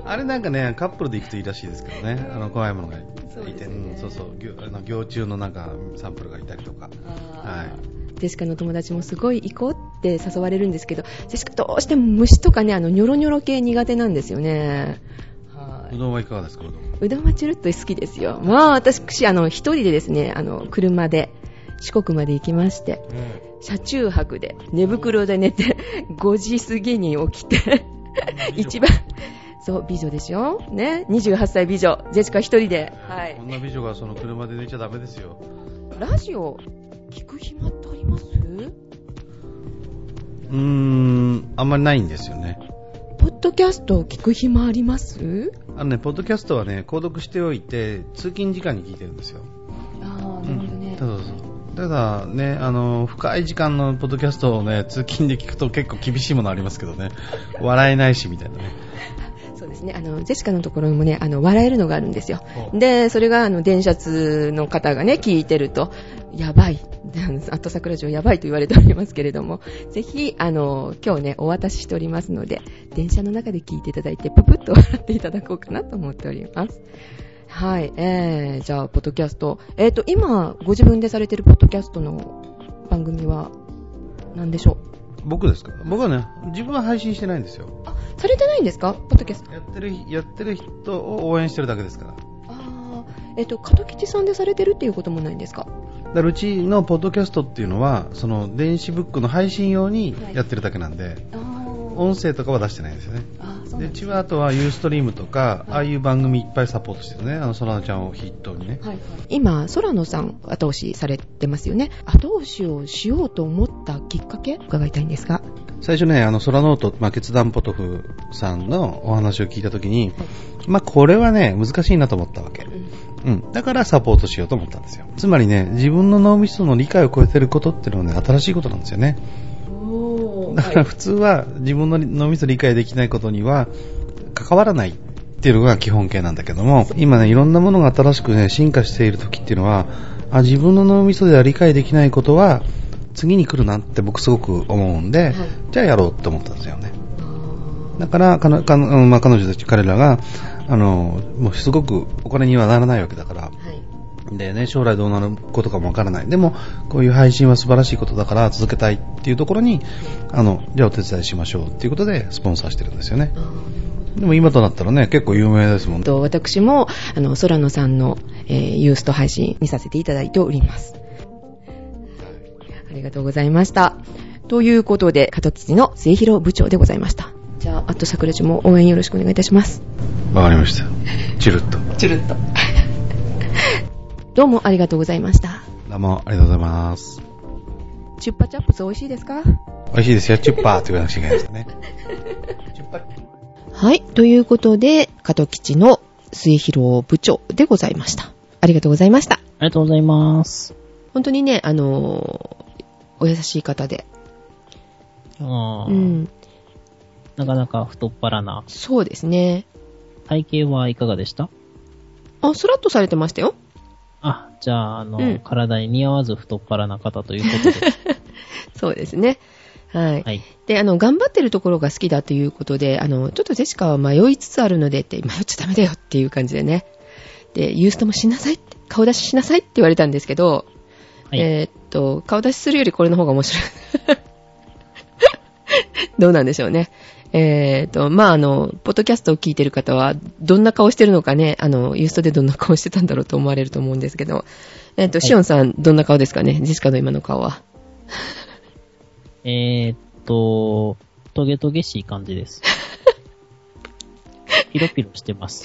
S3: あれなんかね、カップルで行くといいらしいですけどね、あの怖いものがいて、
S1: そうですね
S3: んそうそう、ぎょあの行虫のなんかサンプルがいたりとか。は
S1: あージェシカの友達もすごい行こうって誘われるんですけど、ジェシカどうしても虫とかね、あの、ニョロニョロ系苦手なんですよね。はいう
S3: どんはいかがですか、うどん
S1: うどんはチュルッと好きですよ。まあ私、あの、一人でですね、あの、車で、四国まで行きまして、車中泊で、寝袋で寝て、5時 過ぎに起きて、一番、そう、美女でしょね。28歳美女、ジェシカ一人で。はい
S3: こ。んな美女がその車で寝ちゃダメですよ。
S1: ラジオ、聞く暇ってあります
S3: うーん、あんまりないんですよね。
S1: ポッドキャスト、聞く暇あります
S3: あのね、ポッドキャストはね、購読しておいて、通勤時間に聞いてるんですよ。
S1: ああ、なる
S3: う
S1: ほど
S3: ん
S1: ね。
S3: そうそうそう。ただね、あの、深い時間のポッドキャストをね、通勤で聞くと結構厳しいものありますけどね、笑えないしみたいなね。
S1: そうですね。あの、ジェシカのところにもね、あの、笑えるのがあるんですよ。
S3: ほう
S1: で、それが、あの、電車通の方がね、聞いてると、やばい。 あと桜城やばいと言われておりますけれども、ぜひ、あの、今日ね、お渡ししておりますので、電車の中で聞いていただいて、ぷぷっと笑っていただこうかなと思っております。はい。えー、じゃあ、ポッドキャスト。えっ、と、今、ご自分でされてるポッドキャストの番組は、何でしょう
S3: 僕ですか僕はね、自分は配信してないんですよ。
S1: あ、されてないんですかポッドキャスト。
S3: やってる、やってる人を応援してるだけですから。
S1: あーえっ、と、門吉さんでされてるっていうこともないんですか
S3: だからうちのポッドキャストっていうのは、その電子ブックの配信用にやってるだけなんで、
S1: あー
S3: 音声とかは出してないんですよね。
S1: あー、そう
S3: で
S1: な
S3: うん
S1: です
S3: ちはあとはユーストリームとか、
S1: はい
S3: ああいう番組いっぱいサポートしてるね、あの、そらのちゃんを筆頭にね。
S1: はい、今、空野さん後押しされてますよね。後押しをしようと思ったきっかけ伺いたいんですが。
S3: 最初ね、あの、ソラノート、まあ、決断ポトフさんのお話を聞いたときに、まあ、これはね、難しいなと思ったわけ。うん。だからサポートしようと思ったんですよ。つまりね、自分の脳みその理解を超えてることっていうのはね、新しいことなんですよね。
S1: お
S3: だ から普通は自分の脳みそ理解できないことには関わらないっていうのが基本形なんだけども、今ね、いろんなものが新しくね、進化している時っていうのは、あ自分の脳みそでは理解できないことは次に来るなって僕すごく思うんで、
S1: はい
S3: じゃあやろうって思ったんですよね。だから、かのかのうんまあ彼女たち、彼らが、あの、もうすごくお金にはならないわけだから、でね、将来どうなることかもわからない。でも、こういう配信は素晴らしいことだから続けたいっていうところに、あの、じゃあお手伝いしましょうっていうことでスポンサーしてるんですよね。でも今となったらね、結構有名ですもん。
S1: と私も、あの、空野さんの、えーユースト配信見させていただいております。ありがとうございました。ということで、片土の末広部長でございました。じゃあ、あと桜地も応援よろしくお願いいたします。
S3: わかりました。チルッと。
S1: チュルッと。どうもありがとうございました。
S3: どうもありがとうございます。
S1: チュッパチャップス美味しいですか
S3: 美味しいですよ。チュッパーって言わなくちゃいけないです ね。チュッパー
S1: はい。ということで、加藤吉の末広部長でございました。ありがとうございました。
S2: ありがとうございます。
S1: 本当にね、あのーお優しい方で。
S2: あー
S1: うん。
S2: なかなか太っ腹な。
S1: そうですね。
S2: 体型はいかがでした
S1: あ、スラッとされてましたよ。
S2: あ、じゃあ、あの、
S1: うん
S2: 体に似合わず太っ腹な方ということで。
S1: そうですね。はい。
S2: はい。
S1: で、あの、頑張ってるところが好きだということで、あの、ちょっとジェシカは迷いつつあるのでって、迷っちゃダメだよっていう感じでね。で、ユーストもしなさいって、顔出ししなさいって言われたんですけど、
S2: は い。
S1: えーっと、顔出しするよりこれの方が面白い。 どうなんでしょうね。えーっと、まあ、あの、ポッドキャストを聞いてる方は、どんな顔してるのかね、あの、ユーストでどんな顔してたんだろうと思われると思うんですけど、えーっと、
S2: はい
S1: シオンさん、どんな顔ですかね、ジェシカの今の顔は。
S2: えーっと、トゲトゲしい感じです。ピロピロして ます。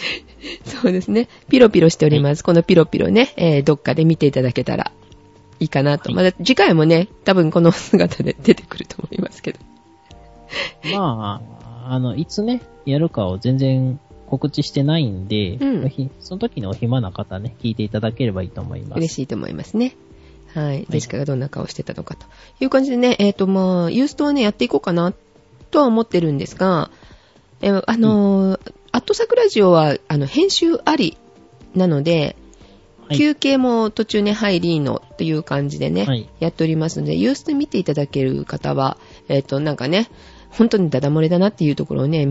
S1: そうですね。ピロピロしております。このピロピロね、えーどっかで見ていただけたらいいかなと。
S2: は
S1: まだ次回もね、多分この 姿で出てくると思いますけど。
S2: まあ、あの、いつね、やるかを全然告知してないんで、
S1: うん
S2: おひその時のお暇な方ね、聞いていただければいいと思います。
S1: 嬉しいと思いますね。はい。ジェシカがどんな顔してたのかという感じでね、えっ、と、まあ、ユーストはね、やっていこうかなとは思ってるんですが、えーあのーアットサクラジオは、あの、編集ありなので、
S2: はい
S1: 休憩も途中ね、入りのという感じでね、
S2: はい
S1: やっておりますので、ユースト見ていただける方は、えっ、と、なんかね、本当にダダ漏れだなっていうところをね、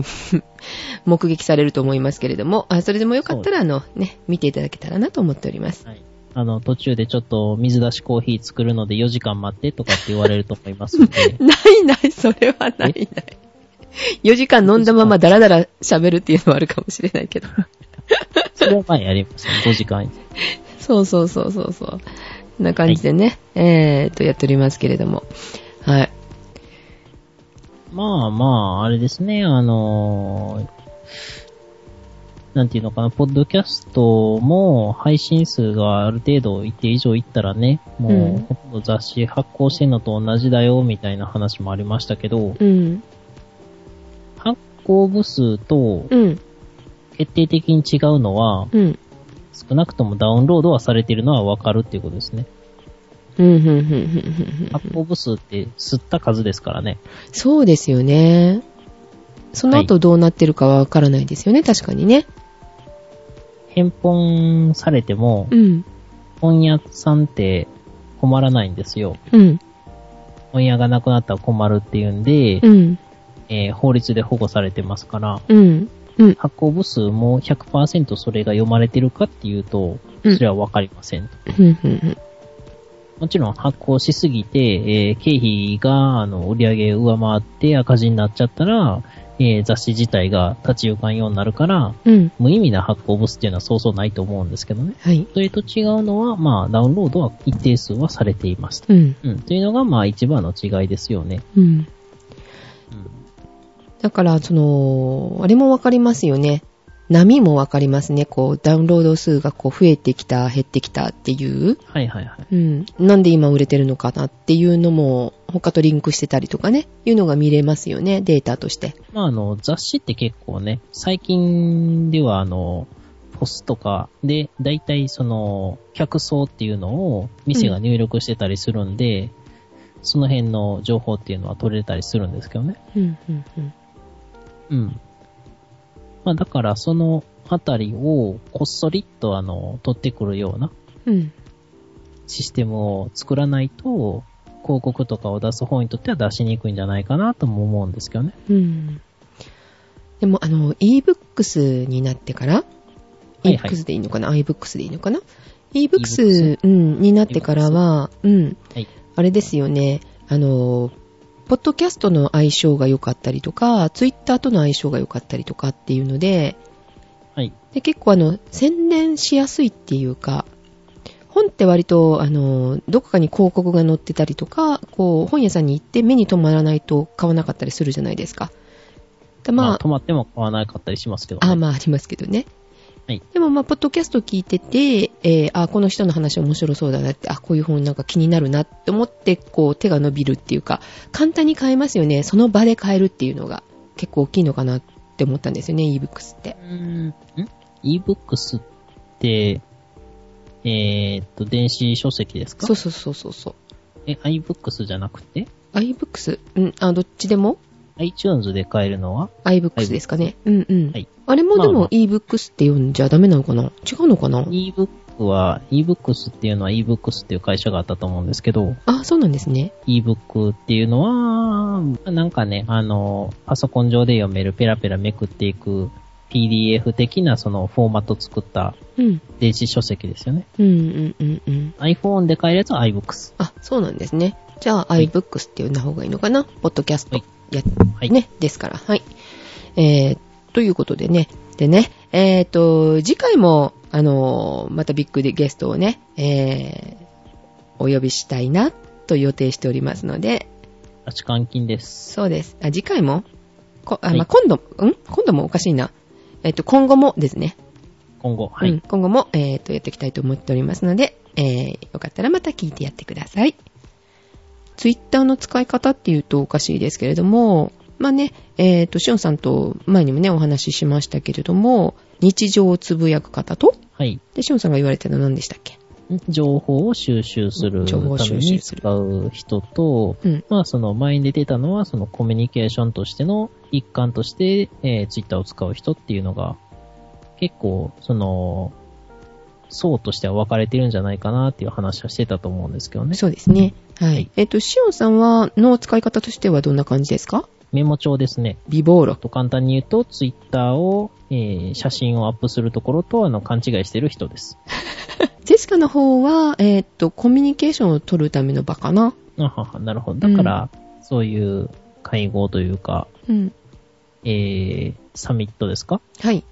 S1: 目撃されると思いますけれども、あそれでもよかったら、あの、ね、見ていただけたらなと思っております。、
S2: はい。あの、途中でちょっと水出しコーヒー作るので4時間待ってとかって言われると思いますので
S1: ないない、それはないない。4時間飲んだままダラダラ喋るっていうのはあるかもしれないけど。
S2: それは前やりますね、5時間。
S1: そうそうそうそうそう。こんな感じでね、えーっと、やっておりますけれども。はい。
S2: まあまあ、あれですね、あのーなんていうのかな、ポッドキャストも配信数がある程度一定以上いったらね、
S1: うん
S2: もうほとんど雑誌発行してんのと同じだよ、みたいな話もありましたけど、
S1: うん。
S2: 発行部数と
S1: うん。
S2: 決定的に違うのは、
S1: うん。
S2: 少なくともダウンロードはされてるのはわかるっていうことですね。
S1: うん、うん、うん、うん、うん。
S2: 発行部数って吸った数ですからね。
S1: そうですよね。その後どうなってるかはわからないですよね、確かにね。
S2: 返本されても
S1: う、ん。
S2: 本屋さんって困らないんですよ。
S1: うん。
S2: 本屋がなくなったら困るっていうんで、
S1: うん。
S2: えー法律で保護されてますから、
S1: うん。うん。
S2: 発行部数も100%それが読まれてるかっていうと、
S1: う
S2: そ
S1: ん
S2: れはわかりません。
S1: うんうんうん
S2: もちろん発行しすぎて、えー経費が、あの、売り上げ上回って赤字になっちゃったら、えー雑誌自体が立ち行かんようになるから、
S1: うん。
S2: 無意味な発行部数っていうのはそうそうないと思うんですけどね。
S1: はい。
S2: それと違うのは、まあ、ダウンロードは一定数はされていますと。
S1: うん。
S2: うん。というのが、まあ、一番の違いですよね。
S1: うん。だから、その、あれもわかりますよね。波もわかりますね。こう、ダウンロード数がこう、増えてきた、減ってきたっていう。
S2: はいはいは
S1: う
S2: い。
S1: ん。なんで今売れてるのかなっていうのも、他とリンクしてたりとかね、いうのが見れますよね、データとして。
S2: まあ、あの、雑誌って結構ね、最近では、あの、ポスとかで、だいたいその、客層っていうのを、店が入力してたりするんで、その辺の情報っていうのは取れたりするんですけどね。
S1: うん、うん、うん。
S2: うん。まあ、だから、そのあたりを、こっそりっと、あの、取ってくるような
S1: うん。
S2: システムを作らないと、広告とかを出す方にとっては出しにくいんじゃないかなとも思うんですけどね。
S1: うん。でも、あの、ebooks になってから、
S2: はいはい
S1: ebooks でいいのかな、iBooks でいいのかな ?ebooks、うん、になってからは、うん、
S2: はい。
S1: あれですよね、あの、ポッドキャストの相性が良かったりとか、ツイッターとの相性が良かったりとかっていうので、
S2: はい。
S1: で結構あの、宣伝しやすいっていうか、本って割と、あの、どこかに広告が載ってたりとか、こう、本屋さんに行って目に留まらないと買わなかったりするじゃないですか。で
S2: まあ、
S1: ま
S2: 止まっても買わなかったりしますけど、
S1: あ、
S2: ね。
S1: あまあありますけどね。
S2: はい。
S1: でもまあ、ポッドキャスト聞いてて、えー、あ、この人の話面白そうだなって、あ、こういう本なんか気になるなって思って、こう、手が伸びるっていうか、簡単に買えますよね。その場で買えるっていうのが結構大きいのかなって思ったんですよね、ebooks って。
S2: ん ?ebooks って、えーっと、電子書籍ですか
S1: そうそうそうそうそう。
S2: え、iBooks じゃなくて
S1: iBooks? うん、あ、どっちでも
S2: ?iTunes で買えるのは
S1: ?iBooks ですかね。うんうん。
S2: はい
S1: あれもで
S2: まあま
S1: も
S2: あ
S1: ebooks って読んじゃダメなのかな違うのかな
S2: ?ebook は、ebooks っていうのは ebooks っていう会社があったと思うんですけど、
S1: あ、そうなんですね。
S2: ebook っていうのは、なんかね、あの、パソコン上で読めるペラペラめくっていく PDF 的なそのフォーマット作った
S1: うん。
S2: 電子書籍ですよね。
S1: うんうんうんうん。
S2: iPhone で買えるやつは iBooks。
S1: あ、そうなんですね。じゃあ、
S2: い
S1: iBooks って呼んだ方がいいのかなポッドキャスト
S2: はい
S1: や、
S2: はい
S1: ね、ですから。はい。えー、ということでね。でね、えっ、と、次回も、あのーまたビッグでゲストをね、えー、お呼びしたいな、と予定しておりますので、
S2: 拉致監禁です。
S1: そうです。あ、次回もこあ、
S2: はい
S1: まあ、今度、ん今度もおかしいな。えっ、と、今後もですね。
S2: 今後、はい。
S1: うん、今後も、えっ、と、やっていきたいと思っておりますので、えー、よかったらまた聞いてやってください。ツイッターの使い方っていうとおかしいですけれども、まあね、えっ、と、しおんさんと前にもね、お話ししましたけれども、日常をつぶやく方と、
S2: はい。
S1: で、しおんさんが言われてたのは何でしたっけ
S2: 情報を収集するた
S1: 情報を
S2: め
S1: 収
S2: に
S1: 集する
S2: 使う人と、
S1: うん
S2: まあその前に出てたのはそのコミュニケーションとしての一環として、えツイッター Twitter を使う人っていうのが結構その層としては分かれてるんじゃないかなっていう話はしてたと思うんですけどね。
S1: そうですね。は
S2: はい
S1: い。えっ、と、しおんさんは、の使い方としてはどんな感じですか
S2: メモ帳ですね。
S1: 微暴録。
S2: と簡単に言うとツイッターを、えー写真をアップするところとあの勘違いしてる人です。
S1: ジェシカの方は、えーっと、コミュニケーションを取るための場かな。
S2: あはは、なるほど。だから、そういう会合というか、
S1: うん。
S2: えー、サミットですか
S1: はい。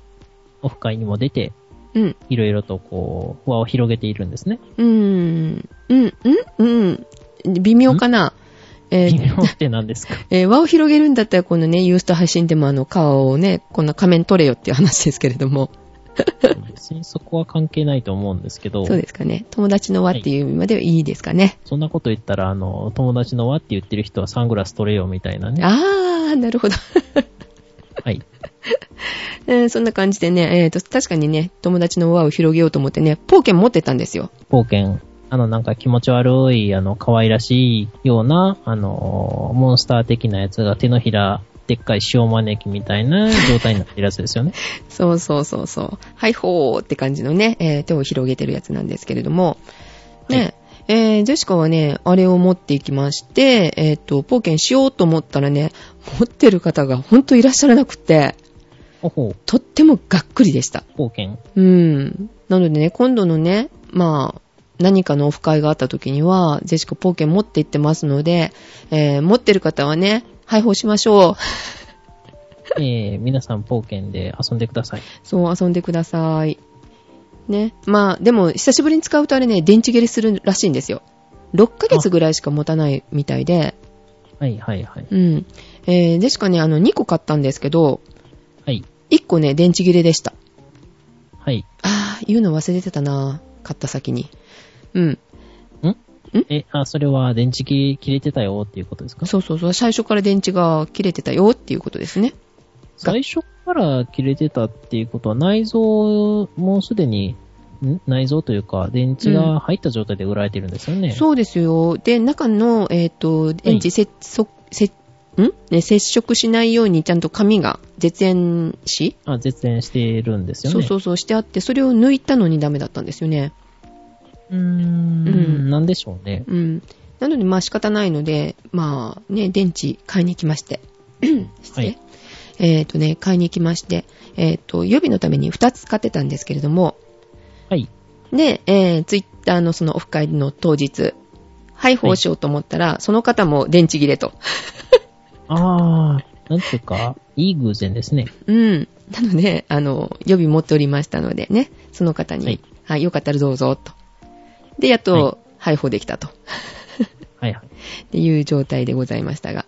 S2: オフ会にも出て、
S1: うん。
S2: いろいろとこう、輪を広げているんですね。
S1: うーん。うん、うん、うん。微妙かな。え
S2: 微
S1: ー
S2: 妙って何で すか
S1: えー輪を広げるんだったら、このね、ユースト配信でもあの、顔をね、こんな仮面取れよっていう話ですけれども、
S2: 別にそこは関係ないと思うんですけど、
S1: そうですかね。友達の輪っていう意味まではいいですかね。
S2: そんなこと言ったら、あの、友達の輪って言ってる人はサングラス取れよみたいなね。
S1: あー、なるほど。
S2: はい。
S1: えーそんな感じでね、えーと、確かにね、友達の輪を広げようと思ってね、ポーケン持ってたんですよ。
S2: 冒険。あの、なんか気持ち悪い、あの、可愛らしいような、あの、モンスター的なやつが手のひら、でっかい塩招きみたいな状態になってるやつで すよね。
S1: そうそうそうそう。はいほーって感じのね、えー手を広げてるやつなんですけれども、ね、えージェシカはね、あれを持っていきまして、えっ、と、冒険しようと思ったらね、持ってる方がほんといらっしゃらなくて、
S2: おほ
S1: とってもがっくりでした。
S2: う、冒険。
S1: うん。なのでね、今度のね、まあ、何かのオフ会があった時には、ゼシカポーケン持って行ってますので、えー持ってる方はね、配布しましょう。
S2: えー、皆さん冒険で遊んでください。
S1: そう、遊んでください。ね。まあ、でも、久しぶりに使うとあれね、電池切れするらしいんですよ。6ヶ月ぐらいしか持たないみたいで、
S2: はいはいはい。
S1: うん。えー、ゼシカね、あの、2個買ったんですけど、
S2: はい。
S1: 1個ね、電池切れでした。
S2: はい。
S1: あー、言うの忘れてたな買った先に。うん。
S2: え、あ、それは電池切れてたよっていうことですか
S1: そうそうそう。最初から電池が切れてたよっていうことですね。
S2: 最初から切れてたっていうことは内臓もうすでに、ん内臓というか電池が入った状態で売られてるんですよね。
S1: そうですよ。で、中の、えっ、と、電池接触、接んね、接触しないようにちゃんと紙が絶縁し、
S2: あ、絶縁してるんですよね。
S1: そうそうそうしてあって、それを抜いたのにダメだったんですよね。
S2: うーん。
S1: うん
S2: なんでしょうね。
S1: うん。なので、まあ仕方ないので、まあね、電池買いに行きまして。失礼。
S2: はい
S1: えっ、とね、買いに行きまして、えっ、と、予備のために2つ買ってたんですけれども、
S2: はい。
S1: で、えー、ツイッターのそのオフ会の当日、配布をしようと思ったら、その方も電池切れと。
S2: あー、なんていうか、いい偶然ですね。
S1: うん。なので、あの、予備持っておりましたのでね、その方に、は
S2: はいい、
S1: よかったらどうぞ、と。で、やっ
S2: は
S1: と、配布できたと。
S2: はいはい。
S1: っていう状態でございましたが。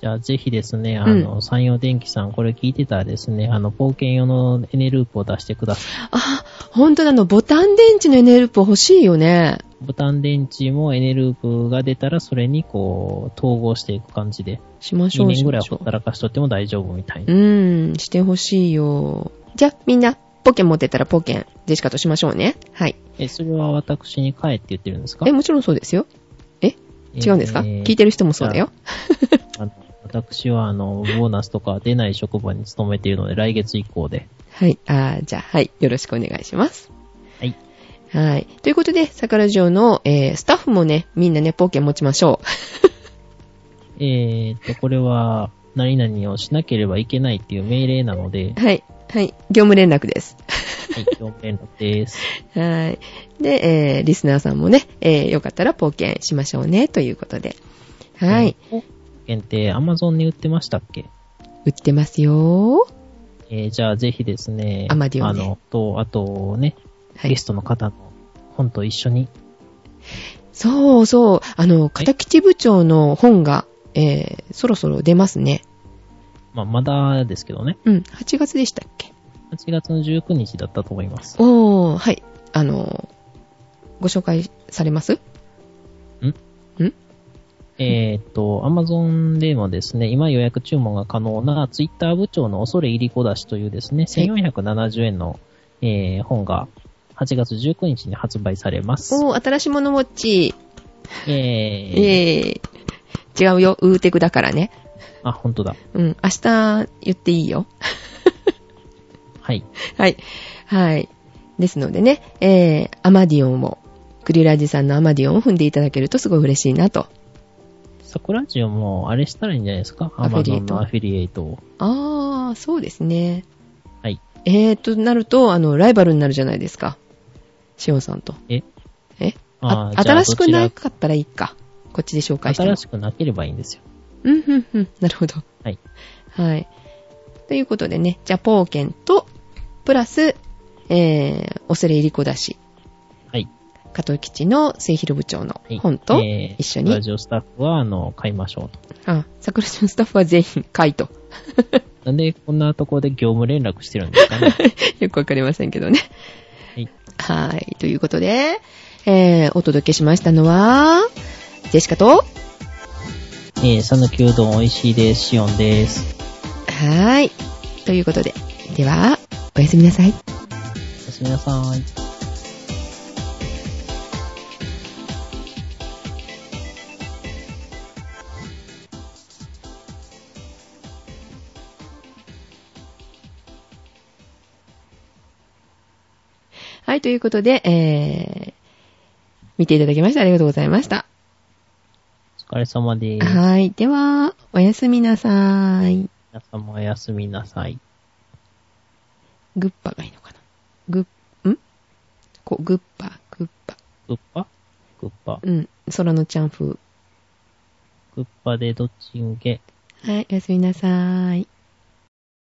S2: じゃあ、ぜひですね、あの、山陽電機さん、これ聞いてたらですね、あの、冒険用のエネループを出してください。
S1: あ、ほんとだ、あの、ボタン電池のエネループ欲しいよね。
S2: ボタン電池もエネループが出たら、それにこう、統合していく感じで、
S1: しましょ
S2: 2
S1: う、し
S2: 年ぐら
S1: ま
S2: い
S1: しょ
S2: ほっ
S1: う
S2: た。らかしとっても大丈夫みたいな。
S1: うん、してほしいよ。じゃあ、みんな、ポケン持ってたらポケン、ジェシカとしましょうね。はい。
S2: え、それは私に帰って言ってるんですか
S1: え、もちろんそうですよ。え違うんですか、聞いてる人もそうだよ。
S2: あの私は、あの、ボーナスとか出ない職場に勤めているので、来月以降で。
S1: はい。あーじゃあ、はい。よろしくお願いします。
S2: はい。
S1: はい。ということで、桜城の、えー、スタッフもね、みんなね、ポケン持ちましょ
S2: えーっと、これは、何々をしなければいけないっていう命令なので
S1: う。、 はい。はい。業務連絡です。
S2: はい、4連絡です。
S1: はい。で、えー、リスナーさんもね、えー、よかったらポケンしましょうね、ということで。はい。
S2: えー。お限定、アマゾンに売ってましたっけ
S1: 売ってますよー。
S2: えーじゃあぜひですね、
S1: アマディオ
S2: あ
S1: ね
S2: の、と、あとね、
S1: は
S2: ゲ
S1: い
S2: ス。トの方の本と一緒に、
S1: そうそう。あの、片吉部長の本が、えー、そろそろ出ますね。
S2: まあ、まだですけどね、
S1: うん。8月でしたっけ
S2: 8月の19日だったと思います。
S1: おー、はい。あの、ご紹介されます
S2: えーっと、アマゾンでもですね、今予約注文が可能な、ツイッター部長の恐れ入りこだしというですね、1470円の、えー本が、8月19日に発売されます。
S1: おー、新しいもの持ち。
S2: えー、
S1: ええ違うよ。ウーテクだからね。
S2: あ、本当だ。
S1: うん。明日言っていいよ。
S2: はい。
S1: はい。はい。ですのでね、えー、アマディオンを、クリラジさんのアマディオンを踏んでいただけるとすごい嬉しいなと。
S2: 桜ジオも、あれしたらいいんじゃないですか
S1: ア
S2: ア
S1: フィ
S2: マ
S1: リエ
S2: ゾ
S1: イ
S2: ン
S1: ト
S2: のアフィリエイトを。
S1: あー、そうですね。
S2: はい。
S1: えーとなると、あの、ライバルになるじゃないですか。シオンさんと。
S2: え
S1: えあ
S2: あーじゃあ
S1: 新しくな
S2: どち
S1: かったらいいか。こっちで紹
S2: ら
S1: 介しても
S2: 新しくなければいいんですよ。
S1: うん、うん、うん。なるほど。
S2: はい。
S1: はい。ということでね、じゃあ、ポーケンと、プラス、えー、オセレイリコだし、
S2: はい。
S1: 加藤吉の末広部長の
S2: はい
S1: 本と
S2: えー
S1: 一緒に、
S2: ラジオスタッフは、あの、買いましょうと。
S1: あ、桜島スタッフは全員買いと。
S2: なんで、こんなところで業務連絡してるんですか ね。
S1: よくわかりませんけどね。
S2: はい。
S1: はい。ということで、えー、お届けしましたのは、ジェシカと、
S2: えー、讃岐うどん美味しいです。シオンです。
S1: はい。ということで、では、おやすみなさい。
S2: おやすみなさい。
S1: はい、ということで、えー、見ていただきましてありがとうございました。
S2: お疲れ様です。
S1: はい。では、おやすみなさい。
S2: 皆さんもおやすみなさい。
S1: グッパがいいのかな。グッ、んこう、グッパ、グッパ。
S2: グッパグッパ。
S1: うん。空のちゃん風。
S2: グッパでどっち向け
S1: はい、おやすみなさーい。